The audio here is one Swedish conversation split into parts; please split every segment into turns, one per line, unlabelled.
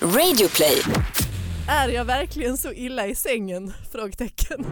Radioplay.
Är jag verkligen så illa i sängen? Frågetecken.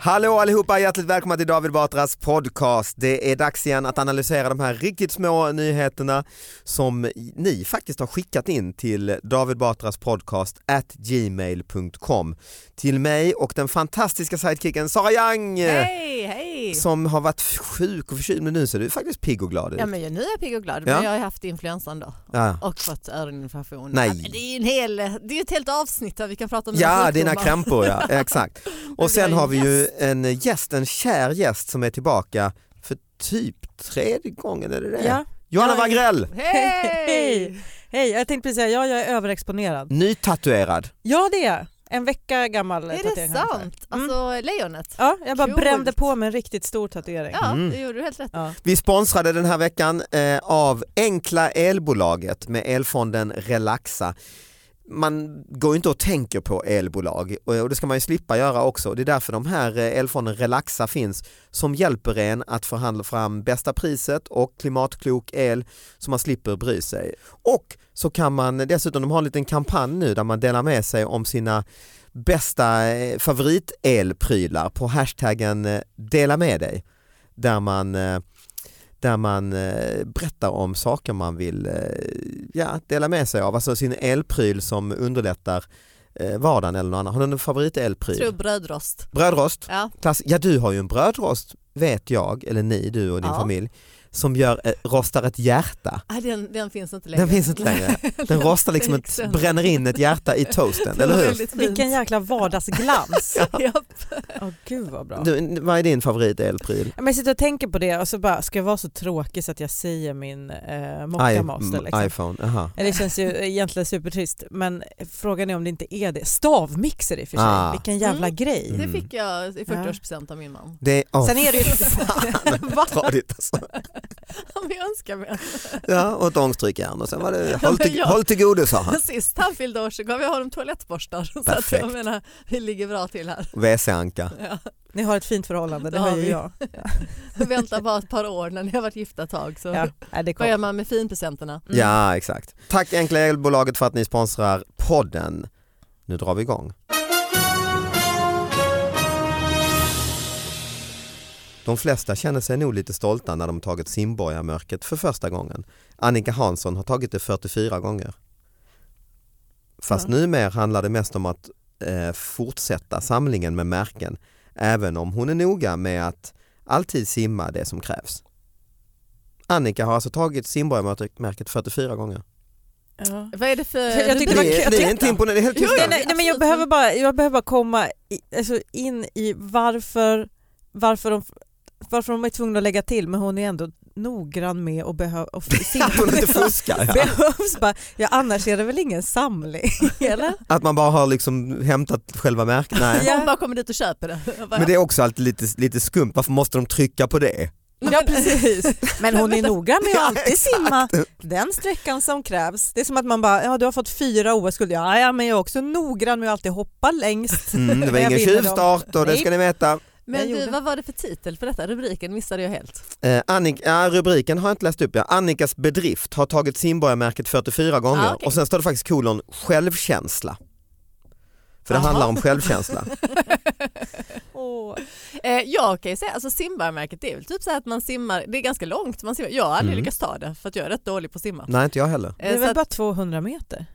Hallå allihopa, hjärtligt välkomna till David Batras podcast. Det är dags igen att analysera de här riktigt små nyheterna som ni faktiskt har skickat in till David Batras podcast at gmail.com. Till mig och den fantastiska sidekicken Sara Young
Hej, hej!
som har varit sjuk och förkyld men nu ser du faktiskt pigg och glad ut.
Ja, men jag, nu är jag pigg och glad,
Ja.
men jag har ju haft influensan då
Ja.
och fått öroninflammation.
Nej.
Ja, men det är ju en hel, det är ett helt avsnitt där vi kan prata om mina
Ja,
sjukdomar.
dina krampor ja, exakt. Och sen
vi har
har
en
vi ju en gäst, en kär gäst som är tillbaka för typ tredje gången, är det det?
Ja.
Johanna
Ja, ja.
Wagrell,
Hej!
Hej. Hej, jag tänkte precis säga ja, jag är överexponerad.
nytatuerad.
Ja det är jag. En vecka gammal
Är det
tatuering har jag ungefär.
sant? Alltså lejonet?
Ja, jag bara
Coolt.
brände på med en riktigt stor tatuering.
Ja,
Mm.
det gjorde du helt rätt.
Ja.
Vi sponsrade den här veckan eh, av Enkla Elbolaget med elfonden Relaxa. Man går ju inte och tänker på elbolag och och det ska man ju slippa göra också. Det är därför de här eh, elfonden Relaxa finns som hjälper en att förhandla fram bästa priset och klimatklok el så man slipper bry sig. Och så kan man dessutom, de har en liten kampanj nu där man delar med sig om sina bästa eh, favoritelprylar på hashtaggen eh, dela med dig där man eh, där man eh, berättar om saker man vill eh, ja, dela med sig av, alltså sin elpryl som underlättar eh, vardagen eller något annat. Har du någon
Jag tror
favoritelpryl?
brödrost.
Brödrost?
Ja.
Klass ja du har ju en brödrost vet jag, eller ni, du och din
Ja.
familj, som gör, eh, rostar ett hjärta.
Nej, Den, den finns inte längre.
Den finns inte längre. Den rostar liksom, ett, bränner in ett hjärta i toasten, eller hur?
Väldigt fint.
Vilken jäkla vardagsglans.
Japp.
Åh gud vad bra.
Du, vad är din favoritelpryl?
Ja, Men jag sitter och tänker på det och så bara, ska jag vara så tråkig så att jag säger min eh,
I- mm,
mocka master liksom?
iPhone, aha.
Det känns ju egentligen supertrist men frågan är om det inte är det. Stavmixer i och för sig,
Ah.
vilken jävla
Mm.
grej.
Det
Mm.
fick jag i
Ja.
40-årspresent av min man.
Det är, åh,
Sen är det ju...
Va?
tradigt alltså.
Om jag önskar mig.
Ja, och ett ångstrykjärn och sen var det håll till,
Ja.
håll till godo sa han.
Sist han fyllde år så gav jag honom toalettborstar. Så att
Perfekt.
jag menar, vi ligger bra till här.
WC-anka.
Ja.
Ni har ett fint förhållande, det
Det har
har ju
vi.
jag.
Vänta bara ett par år när ni har varit gifta ett tag så
Ja, nej, det
vad
kommer.
gör man med finpresenterna?
Mm.
Ja, exakt. Tack Enkla Elbolaget för att ni sponsrar podden. Nu drar vi igång. De flesta känner sig nog lite stolta när de tagit simborgarmörket för första gången. Annika Hansson har tagit det 44 gånger. Fast
Ja.
numera handlar det mest om att eh, fortsätta samlingen med märken, även om hon är noga med att alltid simma det som krävs. Annika har alltså tagit simborgarmärket 44 gånger.
Ja.
Vad är det för
Jag tyckte
Det,
Det var
är,
kul.
det är inte imponerande, det är helt
Jo,
Nej,
tysta.
nej, nej, men
Absolut.
jag, behöver bara, jag behöver bara komma i, alltså in i varför, varför, de, varför de är tvungna att lägga till men hon är ändå noggrann med och, behö, och
Att hon inte fuskar. Ja.
behövs bara. Ja, annars är det väl ingen samling? Eller?
Att man bara har liksom hämtat själva märket. Nej.
Ja.
Någon bara kommer dit och köper det. Jag bara,
Men det är också alltid lite, lite skumt, varför måste de trycka på det?
Ja precis. Men hon är noggrann med
Ja,
att alltid simma den sträckan som krävs. Det är som att man bara, ja du har fått fyra OS-guld, ja, ja men jag är också noggrann med att alltid hoppa längst.
Mm, det var
Jag
ingen
vinner dem.
tjuvstart och det
Nej.
ska ni veta.
Men
Jag
du,
gjorde.
vad var det för titel för detta? Rubriken missade jag helt.
Eh, Annika, ja, rubriken har jag inte läst upp. Ja. Annikas bedrift har tagit simborgarmärket 44 gånger
Ah, okej.
och sen står det faktiskt kolon självkänsla. För det
Jaha.
handlar om självkänsla.
Åh.
Eh, jag kan ju säga, alltså simbarmärket det är väl typ så här att man simmar, det är ganska långt man simmar. Jag har aldrig
Mm.
lyckats ta det för att jag är rätt dålig på att simma.
Nej, inte jag heller.
Det
Eh,
är
så
väl
att-
bara 200 meter?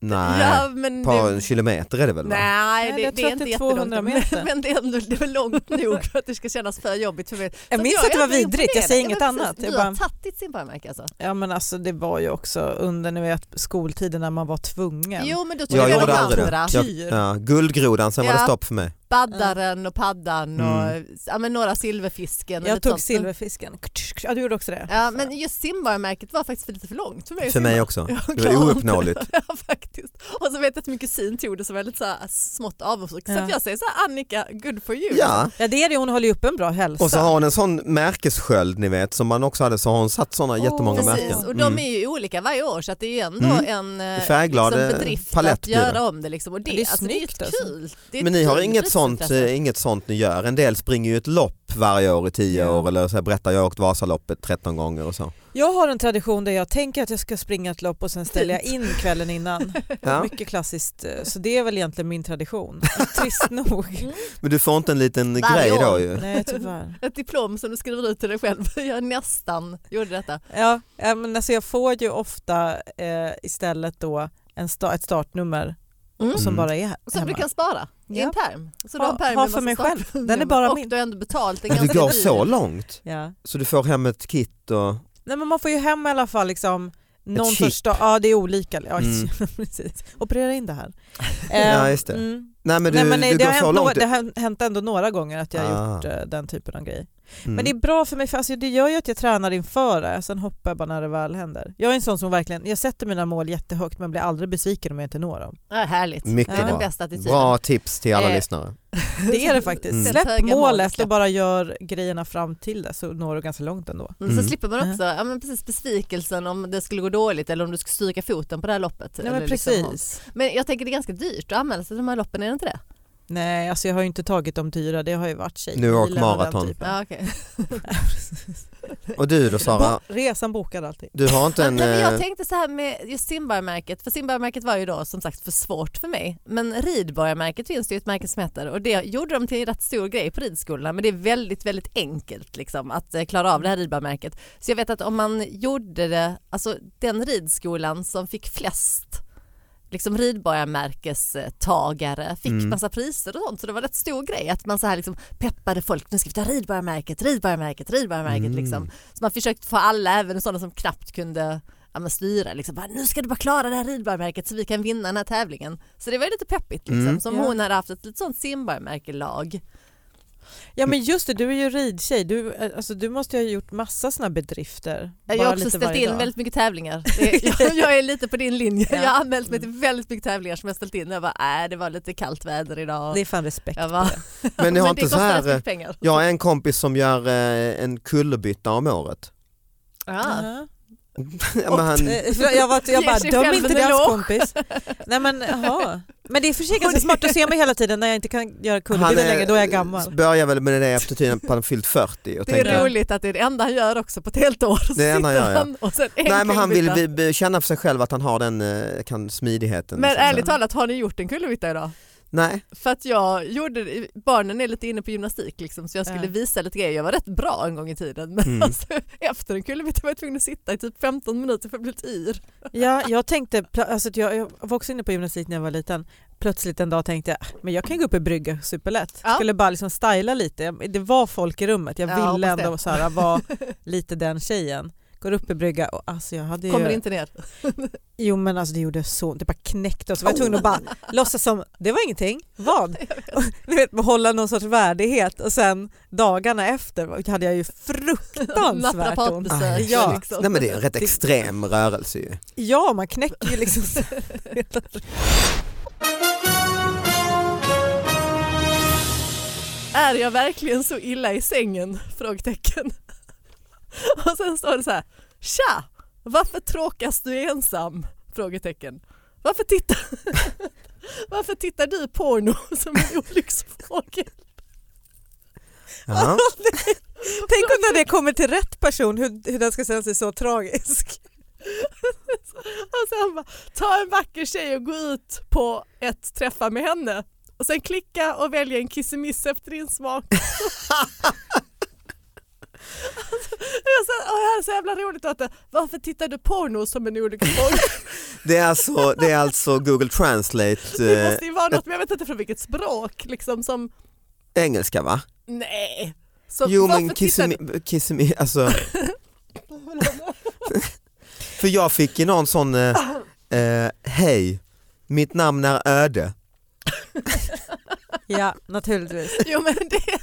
Nej,
ja, men
ett par
det-
kilometer är det väl? Va?
Nej,
Nej,
det,
jag
det
tror
är
att
inte
det är 200
jättelångt. Men,
meter.
men det är ändå det är väl långt nog för att det ska kännas för jobbigt för mig. Så
Jag minns att det
är
var
ändå
vidrigt, jag
imponerad.
säger
Ja,
inget
men
annat.
precis.
Jag
Du har
bara-
tagit ditt simborgarmärke alltså?
Ja men alltså det var ju också under ni vet, skoltiden när man var tvungen.
Jo men då tog
Jag
jag,
gjorde
de
aldrig
andra.
det. Jag,
Tyr.
ja, guldgrodan, sen var det
Ja.
stopp för mig.
Baddaren och paddan och
Mm.
ja, men några silverfisken. och
jag
lite
tog
sånt.
silverfisken. Ja du gjorde också det?
Ja, men just simborgarmärket var faktiskt för lite för långt för mig. att
För mig
simma.
också.
Jag
Det var
klarar inte
ouppnåeligt.
ja, faktiskt. Och så vet jag att min kusin tog det som väldigt så här, smått avundsjuk. Så
Ja.
att jag säger så här, Annika, good for you.
Ja,
Ja det är det, hon håller ju upp en bra hälsa.
och så har hon en sån märkessköld ni vet som man också hade så har hon satt såna
Åh,
jättemånga
precis.
märken.
och de är ju olika varje år så att det är ju ändå
Mm.
en eh,
Färgglad, eh,
liksom, bedrift
palett
att
blir det.
göra om det. Liksom. Och det,
Det är
alltså, det är ju
snyggt,
ett
alltså.
kul. Det är
Men
ett
ni har
kul alltså.
inget
pris.
sånt,
intresse.
eh, inget sånt ni gör? En del springer ju ett lopp varje år i tio
Ja.
år eller så här, berättar jag har åkt Vasaloppet 13 gånger och så.
Jag har en tradition där jag tänker att jag ska springa ett lopp och sen ställer jag in kvällen innan.
Ja.
Mycket klassiskt, eh, så det är väl egentligen min tradition. Trist nog.
Mm.
Men du får inte en liten
Varje
grej då
år.
ju.
Nej tyvärr.
Ett diplom som du skriver ut till dig själv. Jag nästan gjorde detta.
Ja, ja, men alltså jag får ju ofta eh, istället då en sta- ett startnummer
Mm.
som
Mm.
bara är här
Som
hemma.
du kan spara i en
Ja.
pärm. Så du
Ha-
har en pärm
ha
med massa
för mig själv.
startnummer.
Den är bara
och
min.
Du har ändå betalt en
Men
ganska
du går
dyr-
så långt?
Ja.
Så du får hem ett kit och...
Nej, men man får ju hem i alla fall liksom någon
chip.
sorts dag. Ja det är olika. Ja,
Mm.
precis. Operera in det här.
Ja, just det.
Mm.
Nej men du,
Nej, men nej,
du
det,
går
har
så
hänt några,
långt.
det har hänt ändå några gånger att jag har
Ah.
gjort eh, den typen av grej.
Mm.
Men det är bra för mig, för alltså, det gör ju att jag tränar inför det, sen hoppar jag bara när det väl händer. Jag är en sån som verkligen, jag sätter mina mål jättehögt men blir aldrig besviken om jag inte når dem.
Ja, härligt.
Mycket
det är
Ja.
den
bra.
bästa attityden.
Bra tips till alla
Eh,
lyssnare.
Det är det faktiskt.
Mm.
Släpp
Höga mål,
målet
släpp.
och bara gör grejerna fram till det så når du ganska långt ändå.
Mm. Så
Mm.
slipper man
Ja.
också ja, men precis besvikelsen om det skulle gå dåligt eller om du skulle stryka foten på det här loppet.
Nej,
eller
men
liksom ha-
precis.
men jag tänker det är ganska dyrt att anmäla sig till de här loppen, är det inte det?
Nej, alltså jag har ju inte tagit de dyra, det har ju varit tjej.
New York
bilen och den
Marathon.
typen.
Ja, okej.
Och du då Sara?
Bo- Resan bokad alltid.
Du har inte en...
Nej, men
eh,
jag tänkte så här med just simborgarmärket, för simborgarmärket var ju då som sagt för svårt för mig. Men ridborgarmärket finns det ju ett märke som heter och det gjorde de till en rätt stor grej på ridskolorna men det är väldigt, väldigt enkelt liksom att eh, klara av det här ridborgarmärket. Så jag vet att om man gjorde det, alltså den ridskolan som fick flest liksom ridborgarmärkestagare fick
Mm.
massa priser och sånt så det var rätt stor grej att man så här liksom peppade folk, nu ska vi ta ridborgarmärket, ridborgarmärket, ridborgarmärket
Mm.
liksom. Så man försökte få alla, även sådana som knappt kunde ja, men styra, liksom, bara, nu ska du bara klara det här ridborgarmärket så vi kan vinna den här tävlingen. Så det var ju lite peppigt liksom,
Mm.
som
Ja.
hon hade haft ett lite sånt simborgarmärkelag.
Ja men just det, du är ju ridtjej, du, eh, alltså, du måste ju ha gjort massa sådana bedrifter.
Jag
bara
har också
lite
ställt
varje
in
dag.
väldigt mycket tävlingar. Det- Jag, jag är lite på din linje.
Ja.
Jag har anmält mig till väldigt mycket tävlingar som jag ställt in. Jag bara, äh, det var lite kallt väder idag.
Det är fan respekt.
Jag bara,
men ni har
men
inte
det
så
kostar rätt
här... eh,
mycket pengar.
Jag har en kompis som gör eh, en kullerbytta om året.
Ja.
Ja.
Ja, men han,
Eh, för Jag, var, jag
Ger
bara,
sig
döm
själv
inte
en
deras
eloge.
kompis. Nej men jaha. Men det är för sig ganska smart att se mig hela tiden när jag inte kan göra
han
kullerbytta längre, då är jag gammal.
börjar väl med det efter tiden på han fyllt 40. Och
Det är
tänker,
roligt att det är det enda han gör också på ett helt år. Så
Det enda han
sitter
gör, ja.
han och sen en
Nej men han vill
kullerbytta.
be- be- känna för sig själv att han har den eh, kan, smidigheten.
Men
liksom.
ärligt talat, har ni gjort en kullerbytta idag?
Nej,
För att jag gjorde, barnen är lite inne på gymnastik liksom, så jag skulle
Ja.
visa lite grejer. Jag var rätt bra en gång i tiden men
Mm.
alltså, efter en kullerbytta var jag tvungen att sitta i typ 15 minuter för att bli lite yr.
Ja, jag tänkte, pla- alltså, att jag, jag var också inne på gymnastik när jag var liten. Plötsligt en dag tänkte jag, "Ah, men jag kan gå upp i brygga superlätt.
Ja.
Skulle bara liksom styla lite. Det var folk i rummet, jag
Ja,
ville
hoppas det.
ändå så här, vara lite den tjejen. Går upp i brygga och alltså jag hade ju...
Kommer inte ner.
Jo men alltså det gjorde så ont, det bara knäckte och så var
Oh.
jag tvungen att bara låtsas som det var ingenting. Vad? Du vet, behålla någon sorts värdighet och sen dagarna efter hade jag ju fruktansvärt ont.
Naprapatbesök.
Ja.
liksom.
Ah, Nej men det är en rätt extrem rörelse ju.
Ja man knäcker ju liksom. så.
Är jag verkligen så illa i sängen? Frågetecken. Och sen står det så här. Tja! Varför tråkas du ensam? Frågetecken. Varför tittar, varför tittar du porno som en olycksfågel?
Ja.
Tänk om när det kommer till rätt person hur, hur den ska känna sig så tragisk.
Och sen bara, ta en vacker tjej och gå ut på ett träffa med henne. Och sen klicka och välja en kissemiss efter din smak. Jag sa, åh, det här är så jävla roligt att varför tittar du porno som en olycksfågel?
Det, är alltså, det är alltså Google Translate
Det
eh,
måste ju vara något, men jag vet inte från vilket språk liksom som,
engelska va?
nej. Så
Jo
varför
men
tittar du-
Kissimmee, Kissimmee alltså. För jag fick ju någon sån, eh, eh, hej, mitt namn är Öde.
Ja naturligtvis.
Jo men det,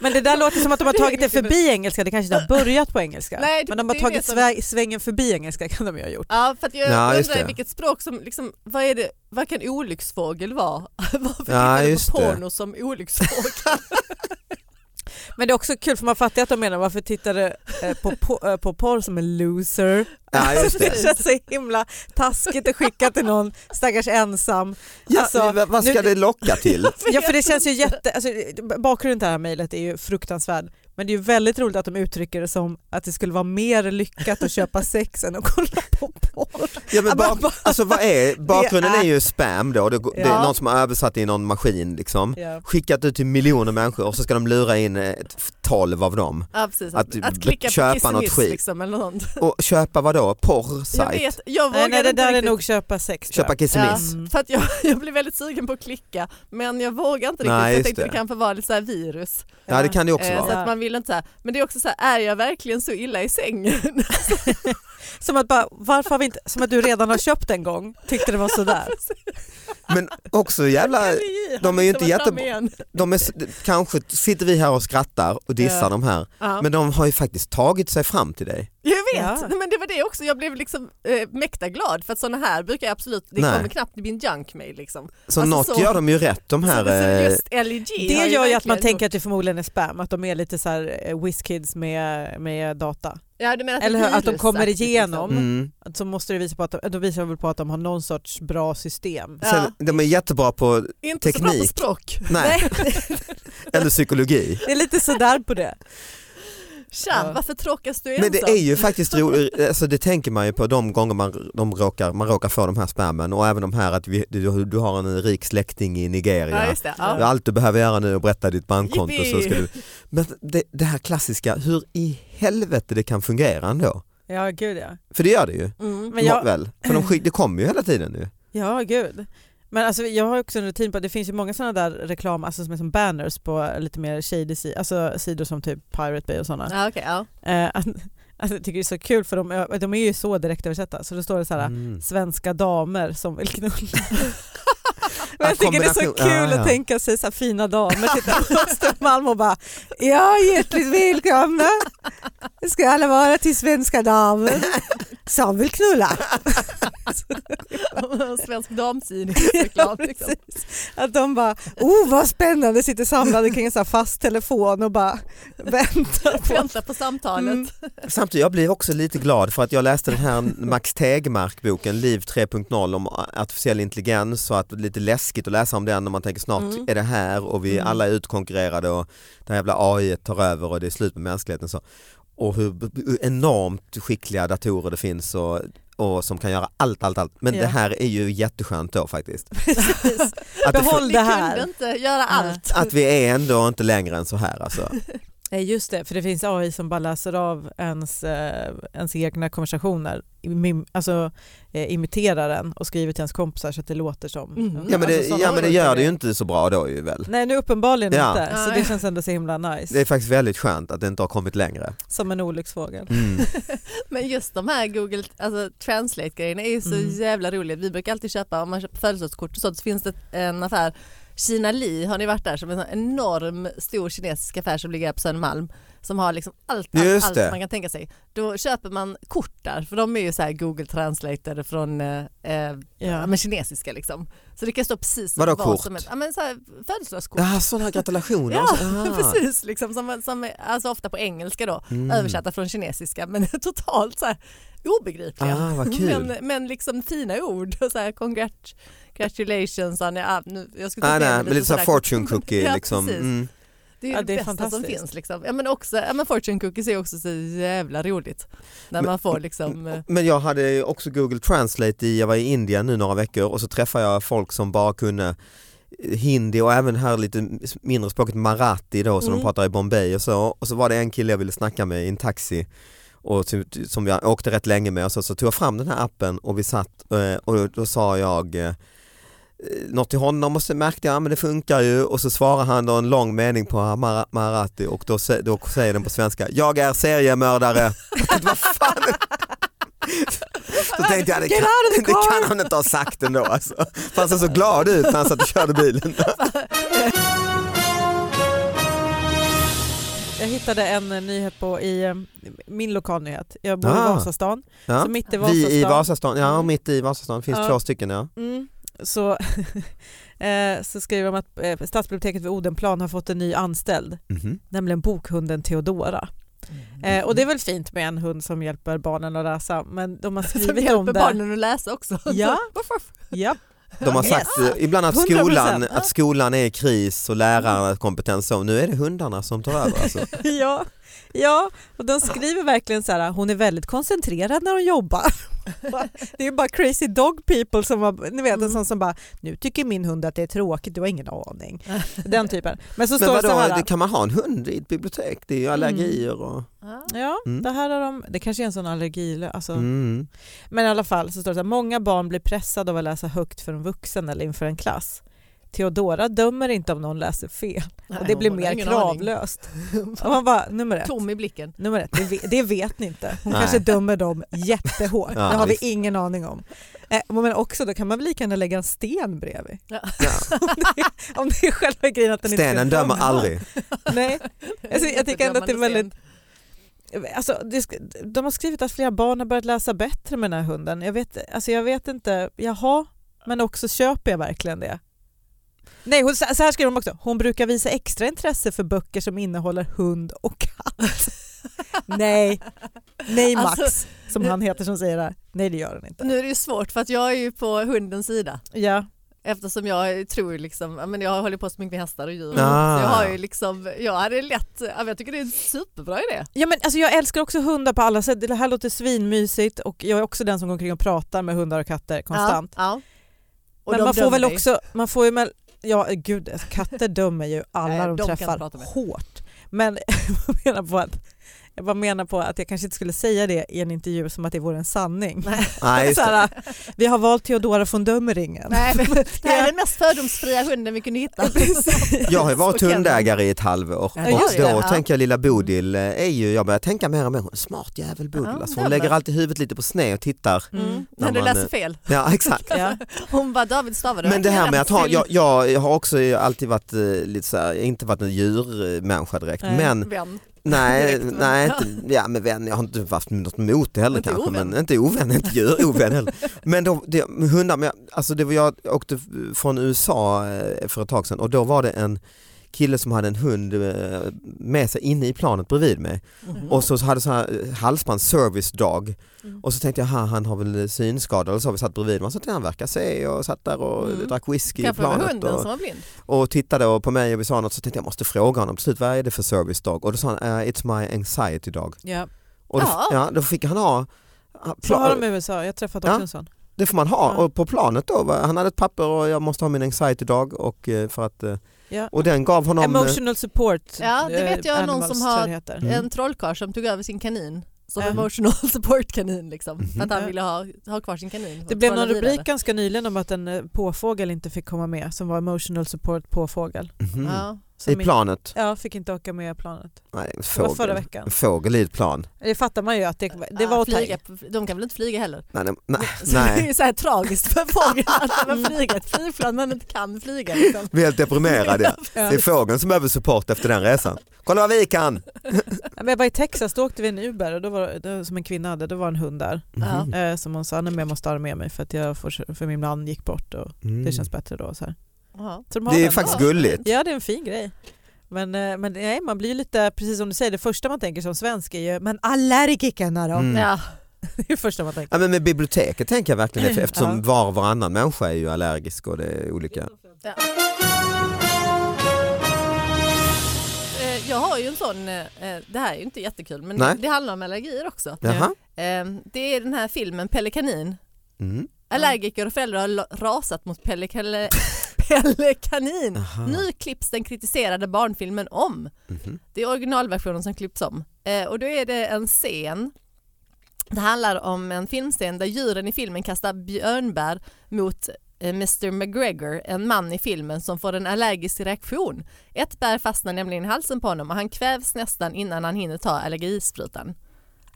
Men det där låter som att de har tagit det förbi engelska, det kanske inte har börjat på engelska.
Nej, det-
men de har
det
tagit
vet de.
svä- svängen förbi engelska kan de ju ha gjort.
ja för att jag
Ja, just
undrar
det.
vilket språk som, liksom, vad är det, vad kan olycksfågel vara? Varför
Ja,
tittar du
just
på
det.
porno som olycksfågel?
Men det är också kul för man fattar ju att de menar varför tittar du eh, på, på, eh, på porr som en loser?
Ja, just det.
det känns så himla taskigt att skicka till någon stackars ensam.
Ja,
Alltså,
vad- vad ska
nu-
det locka till?
Ja för det känns ju jätte, alltså, bakgrunden till det här mejlet är ju fruktansvärd men det är ju väldigt roligt att de uttrycker det som att det skulle vara mer lyckat att köpa sex än att kolla på porr.
Ja, men
Ja, men
bak, alltså, vad är, bakgrunden är ju spam då, det, det är
Ja.
någon som har översatt i någon maskin liksom.
Ja.
Skickat ut till miljoner människor och så ska de lura in eh, ett- tolv av dem.
Ja, precis.
Att
Att, att klicka
köpa
på kiss
något
och miss,
skit.
liksom, eller något.
Och köpa vadå?
Jag
Porrsajt?
vet, jag vågar
Nej, nej det
inte
där är
riktigt.
nog köpa sex tror jag.
Köpa
Ja,
kissemiss?
Mm.
för att jag, jag blir väldigt sugen på att klicka men jag vågar inte riktigt.
Nej,
jag
just
tänkte det.
det.
kanske var lite så här virus.
Ja det kan det också
Eh, så
vara.
Ja.
att man vill inte så här. Men det är också så här, är jag verkligen så illa i sängen?
Som att, bara, varför har vi inte, som att du redan har köpt en gång, tyckte det var sådär.
Men också jävla, de är ju inte jättebra.
jättebra.
de är, s- kanske sitter vi här och skrattar och dissar
Ja.
de här,
Ja.
men de har ju faktiskt tagit sig fram till dig.
Jag vet,
Ja.
Nej, men det var det också. Jag blev liksom eh, mäkta glad för att sådana här brukar jag absolut, det
Nej.
kommer knappt i min junk mail liksom.
Så
Alltså,
något
så-
gör de ju rätt de här.
så, så
eh,
just LEG har
Det gör ju att man
verkligen
tänker
gjort-
att det förmodligen är spam, att de är lite så här eh, whiz-kids med, med data.
ja, du menar att det liksom.
Eller hur, att de
virus-
kommer
aktivt,
igenom.
mm.
Att Så måste det visa på att de, då visar det väl på att de har någon sorts bra system.
Ja.
Sen, de är jättebra på,
Liksom. Inte så bra på
Teknik.
språk.
nej, eller psykologi.
Det är lite sådär på det.
Tja,
Ja.
varför tråkas du
Men
ensam?
det är ju faktiskt roligt, alltså det tänker man ju på de gånger man, de råkar, man råkar få de här spammen och även de här att vi, du, du har en rik släkting i
ja,
Nigeria.
just det. Ja.
Allt du behöver göra nu är att berätta ditt bankkonto. Så
Yippee.
ska du... Men det, det här klassiska, hur i helvete det kan fungera ändå?
Ja gud ja.
För det gör det ju.
Mm.
Men jag,
Väl? För de skick, det kommer ju hela tiden nu.
ja gud. Men alltså, jag har också en rutin på att det finns ju många sådana där reklam, alltså som är som banners på lite mer shady si- alltså sidor som typ Pirate Bay och sådana.
Ja, okej, ja.
Eh, att, alltså, jag tycker det är så kul för de, är- de är ju så direktöversatta så då står det så här
Mm.
svenska damer som vill knulla. Men
Ja,
jag tycker det är så kul
kombination- ja, ja.
att tänka sig så här fina damer sitta på Östermalm och bara ja hjärtligt välkomna ska alla vara till svenska damer som vill knulla.
Svensk damtidningsreklam. liksom.
Att de bara oh vad spännande sitter samlade kring en så här fast telefon och bara väntar på
Vänta på samtalet.
Mm.
Samtidigt, jag blir också lite glad för att jag läste den här Max Tegmark-boken Liv 3.0 om artificiell intelligens och att det är lite läskigt att läsa om den när man tänker snart
Mm.
är det här och vi
Mm.
alla är utkonkurrerade och det här jävla AI tar över och det är slut med mänskligheten. Så. Och hur b- b- enormt skickliga datorer det finns och, och som kan göra allt, allt, allt. Men
Ja.
det här är ju jätteskönt då faktiskt.
Precis.
Att, det,
Behåll
fu-
Vi
det här.
kunde inte göra allt.
att vi är ändå inte längre än så här alltså.
Nej just det, för det finns AI som bara läser av ens, eh, ens egna konversationer, Imim, alltså eh, imiterar den och skriver till ens kompisar så att det låter som.
Mm.
Ja men det,
Alltså, sådana
ja, men det gör
olika
det ju
grejer.
inte så bra då ju väl.
Nej nu uppenbarligen
Ja.
inte, så
Nej.
det känns ändå så himla nice.
Det är faktiskt väldigt skönt att det inte har kommit längre.
Som en olycksfågel.
Mm.
Men just de här Google alltså, Translate-grejerna är ju så
Mm.
jävla roliga. Vi brukar alltid köpa, om man köper födelsedagskort och sånt, så finns det en affär, Kina Li, har ni varit där? Som är en sån enorm stor kinesisk affär som ligger här på Södermalm. Som har liksom allt, allt,
Just
allt
det.
man kan tänka sig. Då köper man kort där, för de är ju så här Google Translator från eh, eh, ja.
Ja.
men kinesiska liksom. Så det kan stå precis
Vadå kort?
som helst. Ja, men så här, födelsedagskort.
Ja, sådana här gratulationer.
Ja,
och så- ah.
Precis, liksom, som, som är, alltså ofta på engelska då,
Mm.
översatta från kinesiska men totalt så här obegripliga.
Ah, vad kul.
men, men liksom fina ord, och så här, congrat, congratulations, Annie. Ah, nu, jag skulle ta
ah,
med mig
nej, men lite sådär
sådär.
fortune cookie
Ja,
liksom.
precis.
Mm.
Det är ju
Ja,
det,
det är
bästa som
fantastiskt.
finns. Liksom. Ja, men också, ja, men fortune cookies är också så jävla roligt. När
Men-
man får liksom, eh,
Men jag hade ju också Google Translate i, jag var i Indien nu några veckor och så träffade jag folk som bara kunde eh, hindi och även här lite mindre språket marathi då som
Mm.
de pratar i Bombay och så. Och så var det en kille jag ville snacka med i en taxi och ty- ty- som jag åkte rätt länge med och så, så tog jag fram den här appen och vi satt eh, och då, då sa jag eh, något till honom och så märkte jag att men det funkar ju och så svarar han då en lång mening på mara- marathi och då, sä- då säger den på svenska Jag är seriemördare. Vad fan så tänkte jag det kan, det kan han inte ha sagt ändå alltså. För han såg så glad ut när han satt och körde bilen.
Jag hittade en eh, nyhet på i eh, min lokalnyhet, jag bor i
Ah.
Vasastan,
Ja.
så mitt i Vasastan. Mm.
Vi i Vasastan, ja mitt i Vasastan finns
Ja.
två stycken ja.
Mm. så, eh, så skriver de att eh, stadsbiblioteket vid Odenplan har fått en ny anställd,
Mhm.
nämligen bokhunden Theodora. Eh,
Mm.
och det är väl fint med en hund som hjälper barnen att läsa men de har
Som
skrivit om
hjälper
det.
barnen att läsa också.
Ja.
Varför?
Ja.
De har sagt eh, ibland att
100%.
skolan, att skolan är i kris och lärarnas kompetens så. Nu är det hundarna som tar över alltså.
ja, ja, och de skriver verkligen så här, hon är väldigt koncentrerad när hon jobbar. det är bara crazy dog people som har, ni vet
Mm.
en sån som bara, nu tycker min hund att det är tråkigt, du har ingen aning. Den typen. Men så
Men
står det så
vadå,
här. Mm.
det kan man ha en hund i ett bibliotek? Det är ju allergier och...
Ja.
Ja,
Mm.
det här har de, det kanske är en sån allergi, alltså.
Mm.
Men i alla fall så står det så här, många barn blir pressade av att läsa högt för en vuxen eller inför en klass. Theodora dömer inte om någon läser fel
Nej,
och det blir
hon har
mer
ingen
kravlöst. Och man bara, nummer ett,
Tom i blicken.
nummer ett det, vet, det vet ni inte. Hon
Nej.
kanske dömer dem jättehårt,
Ja,
det har vi
visst.
ingen aning om. Eh, men också, då kan man väl lika gärna lägga en sten bredvid.
Ja.
om, det är, om det är själva grejen att den inte
Stenen
ska
dömer
döma.
aldrig.
Nej, Alltså, jag tycker ändå att det är väldigt-
Jättedömande
Alltså, det, sk- de har skrivit att flera barn har börjat läsa bättre med den här hunden. Jag vet, alltså jag vet inte, jaha, men också köper jag verkligen det? Nej, hon, så så här skriver de också. Hon brukar visa extra intresse för böcker som innehåller hund och katt. nej, nej Max,
Alltså-
som han heter som säger det här. Nej, det gör hon
sten.
inte.
Nu är det ju svårt för att jag är ju på hundens sida.
Ja,
Eftersom jag tror liksom, ja, men jag håller på att sminka hästar och djur.
Ah.
Så jag har ju liksom, jag hade lätt, ja, men jag tycker det är en superbra idé.
ja men alltså jag älskar också hundar på alla sätt. Det här låter svinmysigt och jag är också den som går omkring och pratar med hundar och katter konstant.
Ja, ja. Och
men
de
man får
dömer
väl
dig.
också, man får ju med, ja gud alltså, katter dömer ju alla
Nej,
de,
de kan inte
träffar
prata med.
hårt. Men jag menar, på att, jag bara menar på att jag kanske inte skulle säga det i en intervju som att det vore en sanning.
Nej, just
Så
det.
här, vi har valt Theodora von Dömeringen.
Nej, men, det här är den mest fördomsfria hunden vi kunde hitta.
Jag har ju varit
Okej.
hundägare i ett halvår
Ja,
och
just
då
det, ja.
tänker jag lilla Bodil eh, är ju, jag börjar tänka mer och mer, hon är en smart jävel Bodil.
Ja,
Alltså, hon
jävlar.
lägger alltid huvudet lite på sned och tittar.
Mm.
Mm.
När du
När man,
läser
eh,
fel.
Ja exakt.
Ja.
Hon bara David stavade
Men det här med att ha,
rätt
jag, jag har också alltid varit eh, lite så här, inte varit en djurmänniska direkt
Nej.
till
men
vän.
nej,
direkt,
nej inte, ja men vän, jag har inte haft något emot det heller
Inte
kanske,
ovän.
men inte ovän, inte djur, ovän heller. Men då, det, med hundar, men jag, alltså det var, jag åkte från USA eh, för ett tag sedan och då var det en kille som hade en hund eh, med sig inne i planet bredvid mig
Mhm.
och så hade så här eh, halsband service dog
Mm.
och så tänkte jag "Ha, han har väl synskada eller så, vi satt bredvid honom och så att han verkar se och satt där och
Mm.
drack whisky i
Kanske det var
planet.
hunden
och,
som var blind.
och tittade och på mig och vi sa något så tänkte jag måste fråga honom till slut vad är det för service dog? Och då sa han "Eh, it's my anxiety dog.
Ja.
Och då,
Ja.
ja, då fick han ha
Så har de i USA, jag har träffat också
Ja.
en sån.
det får man ha
Ja.
och på planet då, va, han hade ett papper och jag måste ha min anxiety dog och, eh, för att, eh,
Ja.
och den gav honom eh,
Emotional support
eh, Ja, det vet
eh,
jag någon
animals,
som har-
tror jag det heter.
Mm.
En trollkarl som tog över sin kanin som
Mm.
emotional support kanin liksom.
Mhm.
För att han
Ja.
ville ha, ha kvar sin kanin.
Det blev någon rubrik ganska nyligen om att en eh, påfågel inte fick komma med som var emotional support påfågel.
Mhm.
Ja.
Som
i
inte-
planet.
Ja, fick inte åka med planet.
Nej, en
Det var förra
fågel.
veckan.
En fågel i ett plan.
Det fattar man ju att det, det var
Ah,
att ta i.
flyga, De kan väl inte flyga heller?
Nej, nej, nej,
Så Det
nej. Mm.
är så här tragiskt för fåglarna att man flyger ett flygplan man inte kan flyga. Liksom.
Vi är helt deprimerade.
Ja.
Det är fågeln som behöver support efter den resan. Kolla vad vi kan!
Ja, men jag var i Texas, då åkte vi en Uber och då var, då, som en kvinna hade, då var en hund där
Ja.
Mhm.
eh, som hon sa, "Nej, men jag måste ha den med mig för att jag får, för min man gick bort och
Mm.
det känns bättre då. Så här.
Ja.
Så de har
Det är
den.
faktiskt
Ja.
gulligt.
Ja det är en fin grej. Men, eh, men nej, man blir ju lite, precis som du säger, det första man tänker som svensk är ju men allergikerna då?
Mm.
Ja.
Det är det första man tänker.
Ja, men med biblioteket tänker jag verkligen det, för eftersom
Ja.
var och varannan människa är ju allergisk och det är olika.
Eh, Jag har ju en sån, eh, det här är ju inte jättekul men
Nej.
det handlar om allergier också.
Jaha.
Eh, Det är den här filmen Pelle Kanin.
Mm.
Allergiker och föräldrar har la- rasat mot Pelle, Kalle, Pelle Kanin.
Aha.
Nu klipps den kritiserade barnfilmen om.
Mhm.
Det är originalversionen som klipps om. Eh, och då är det en scen. Det handlar om en filmscen där djuren i filmen kastar björnbär mot eh, Mr McGregor, en man i filmen som får en allergisk reaktion. Ett bär fastnar nämligen i halsen på honom och han kvävs nästan innan han hinner ta allergisprutan.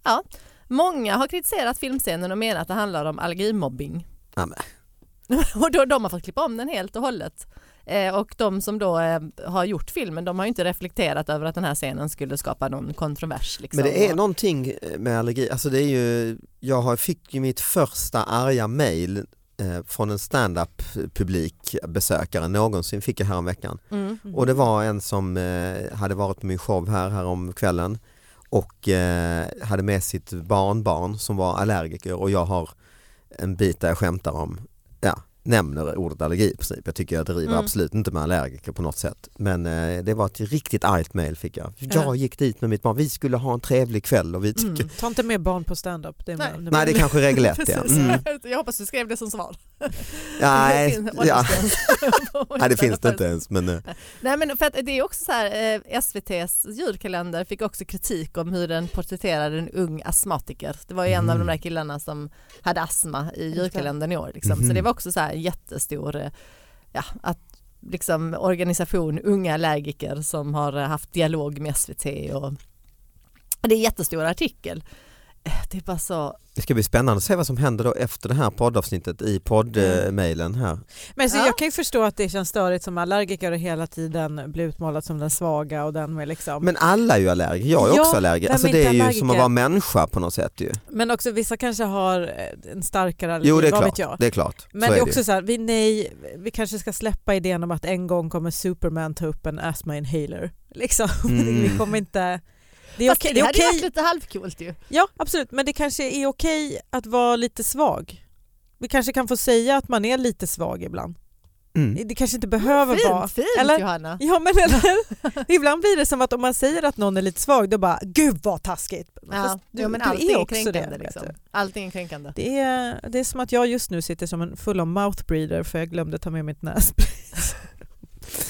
Ja, många har kritiserat filmscenen och menar att det handlar om allergimobbing.
Ja, men.
Och då, de har fått klippa om den helt och hållet. Eh, och de som då eh, har gjort filmen, de har ju inte reflekterat över att den här scenen skulle skapa någon kontrovers. Liksom.
Men det är eh, någonting med allergi, alltså det är ju, jag har- fick ju mitt första arga mail eh, från en standup publik besökare någonsin fick jag häromveckan.
Mm.
Och det var en som eh, hade varit på min show här härom kvällen och eh, hade med sitt barnbarn som var allergiker och jag har en bit där jag skämtar om, ja, nämner ordet allergi i princip. Jag tycker jag driver
Mm.
absolut inte med allergiker på något sätt. Men eh, det var ett riktigt argt mail fick jag. Jag
Ja.
gick dit med mitt barn, vi skulle ha en trevlig kväll och vi tycker
Mm.
Ta inte med barn på stand-up. Det är
Nej.
med-
Nej det är kanske regel ett ja.
Precis.
Mm.
Jag hoppas du skrev det som svar.
Nej,
Det finns-
ja.
åldersgräns.
Nej det finns det inte ens men eh,
Nej men för att det är också så här, eh, SVTs julkalender fick också kritik om hur den porträtterade en ung astmatiker. Det var ju en av
Mm.
de där killarna som hade astma i
Just det.
julkalendern i år. Liksom. Så
Mhm.
det var också så här en jättestor, eh, ja, att liksom organisation unga allergiker som har eh, haft dialog med SVT och och det är en jättestor artikel. Eh, Det är bara så,
det ska bli spännande att se vad som händer då efter det här poddavsnittet i poddmailen här.
Men så
Ja.
jag kan ju förstå att det känns störigt som allergiker och hela tiden blir utmålad som den svaga och den med liksom. Men,
Men alla är ju allergiker, jag är
Ja,
också allergiker.
vem
Alltså
är inte
det är ju
allergiker?
som att vara människa på något sätt ju.
också vissa kanske har eh, en starkare allergi,
Jo det är
vad vet
klart,
jag.
det är klart.
Men
så
det är
är
också så här, vi, nej, vi kanske ska släppa idén om att en gång kommer Superman ta upp en astma inhaler. Liksom.
Mm.
vi kommer inte... Det är
fast
okej,
det
det är
hade ju varit
okej-
lite halvcoolt ju.
Ja absolut, men det kanske är okej att vara lite svag. Vi kanske kan få säga att man är lite svag ibland.
det. Mm.
Det kanske inte behöver vara...
Fint, fint
Eller-
Johanna.
Ja men eller Ibland blir det som att om man säger att någon är lite svag då bara gud vad taskigt.
Ja,
Fast du,
jo, men
du
allting
är
är,
också
kränkande.
det.
liksom.
Liksom.
Allting är kränkande.
Det, är, det är som att jag just nu sitter som en full on mouth breather för jag glömde ta med mitt nässpray.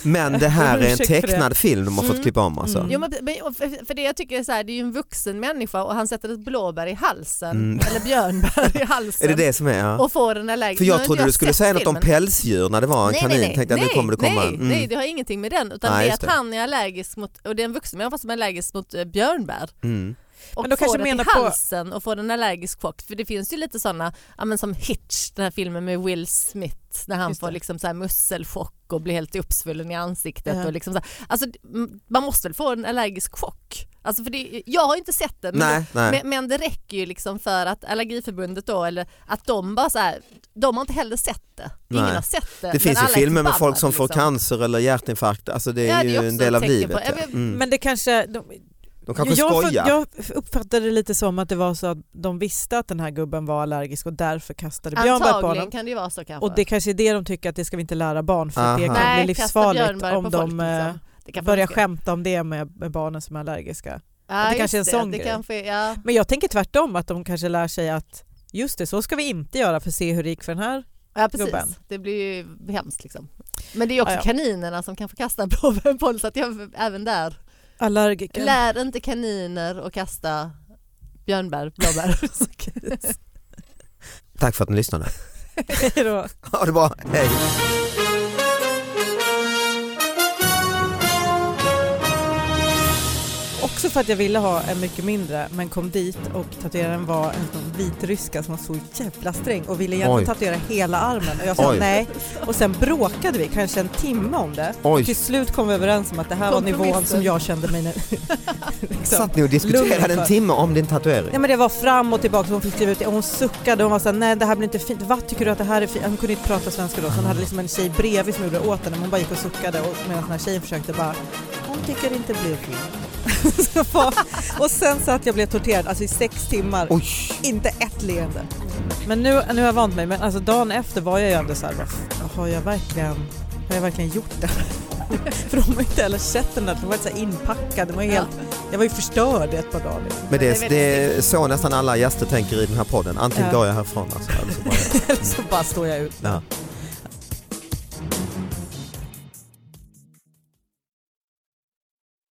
Men det här är en
Ursäkta för det.
tecknad film de har fått
Mm.
klippa om alltså.
Mm.
Jo, men, men, och för för det jag tycker är så här, det är ju en vuxen människa och han sätter ett blåbär i halsen,
Mm.
eller björnbär i
Är
halsen
det det som är? Ja.
och får en allergisk.
För
Nu har
jag
inte
trodde du skulle
sett
säga något om
filmen.
pälsdjur när det var en
Nej,
kanin.
nej, nej.
Tänkte att
nej,
nu kommer det komma.
Nej,
Mm.
nej, det har ingenting med den utan
Nej,
det är
just
att
det.
han är allergisk mot, och det är en vuxen människa som är allergisk mot eh, björnbär
Mm.
och
Men då
får
kanske
det
menar
i
på-
halsen och får en allergisk chock. För det finns ju lite sådana, ja, men som Hitch, den här filmen med Will Smith när han
Just
får
det.
liksom så här musselchock och blir helt uppsvullen i ansiktet.
Ja.
Och liksom så här. Alltså, m- man måste väl få en allergisk chock? Alltså, för det, jag har inte sett den. Men
Nej, nej.
men, men det räcker ju liksom för att Allergiförbundet då, eller att de bara så här, de har inte heller sett det. Ingen
Nej.
har sett det.
det
men
finns ju
alla är
filmer med folk
förbabbade,
som får
liksom.
cancer eller hjärtinfarkt. Alltså det är
Ja, det är
ju
också
en del av
ett tecken
livet.
på-
ja.
Ja, men-
Mm.
Men det kanske... De,
De kanske
jag, fa-
skojar.
jag uppfattade det lite som att det var så att de visste att den här gubben var allergisk och därför kastade björnbär på
Antagligen
honom.
kan det ju vara så kanske.
Och det kanske är det de tycker att det ska vi inte lära barn för att det
Aha.
kan
Nej,
bli
kasta
livsfarligt
björnbär på
om de
folk,
eh,
liksom. Det kan
börjar
funka.
skämta om det med, med barnen som är allergiska.
Ja,
det kanske
just
är en sån
det
grej.
kanske är- ja.
Men jag tänker tvärtom att de kanske lär sig att just det, så ska vi inte göra för att se hur det gick för den här.
ja, precis.
gubben.
Det blir ju hemskt liksom. Men det är ju också
Ja, ja.
kaninerna som kanske kastar blåbären på så att jag även där.
Allergiker.
Lär inte kaniner att kasta björnbär, blåbär.
Tack för att ni lyssnade.
Hej då.
Ha det bra, hej.
Också för att jag ville ha en mycket mindre men kom dit och tatueraren var en sån vitryska som var så jävla sträng och ville egentligen
Oj.
tatuera hela armen och jag sa
Oj.
nej. Och sen bråkade vi kanske en timme om det.
Oj.
Till slut kom vi överens om att det här var nivån
Kompromissen.
som jag kände mig nu. liksom.
Satt ni och diskuterade
Lugn
en
för-
timme om din tatuering?
Ja, men det var fram och tillbaka, hon fick skriva ut det och hon suckade och hon var såhär, nej det här blir inte fint, vad tycker du att det här är fint? Hon kunde inte prata svenska då så hon hade liksom en tjej bredvid som gjorde det åt henne men hon bara gick och suckade och medan den här tjejen försökte bara, hon tycker inte det blir fint. Så var- och sen så att jag blev torterad, alltså i sex timmar,
Oj,
inte ett leende. Men nu, nu har jag vant mig, men alltså dagen efter var jag ju ändå såhär, har jag verkligen har jag verkligen gjort det? För de har ju inte heller sett den där, de var helt så här inpackade, de var ju
Ja.
helt, jag var ju förstörd i ett par dagar. Liksom.
men
det är
det,
väldigt
det är så nästan alla gäster tänker i den här podden. Antingen
Ja.
går jag härifrån alltså, eller så bara...
Eller så bara står jag ut.
Ja.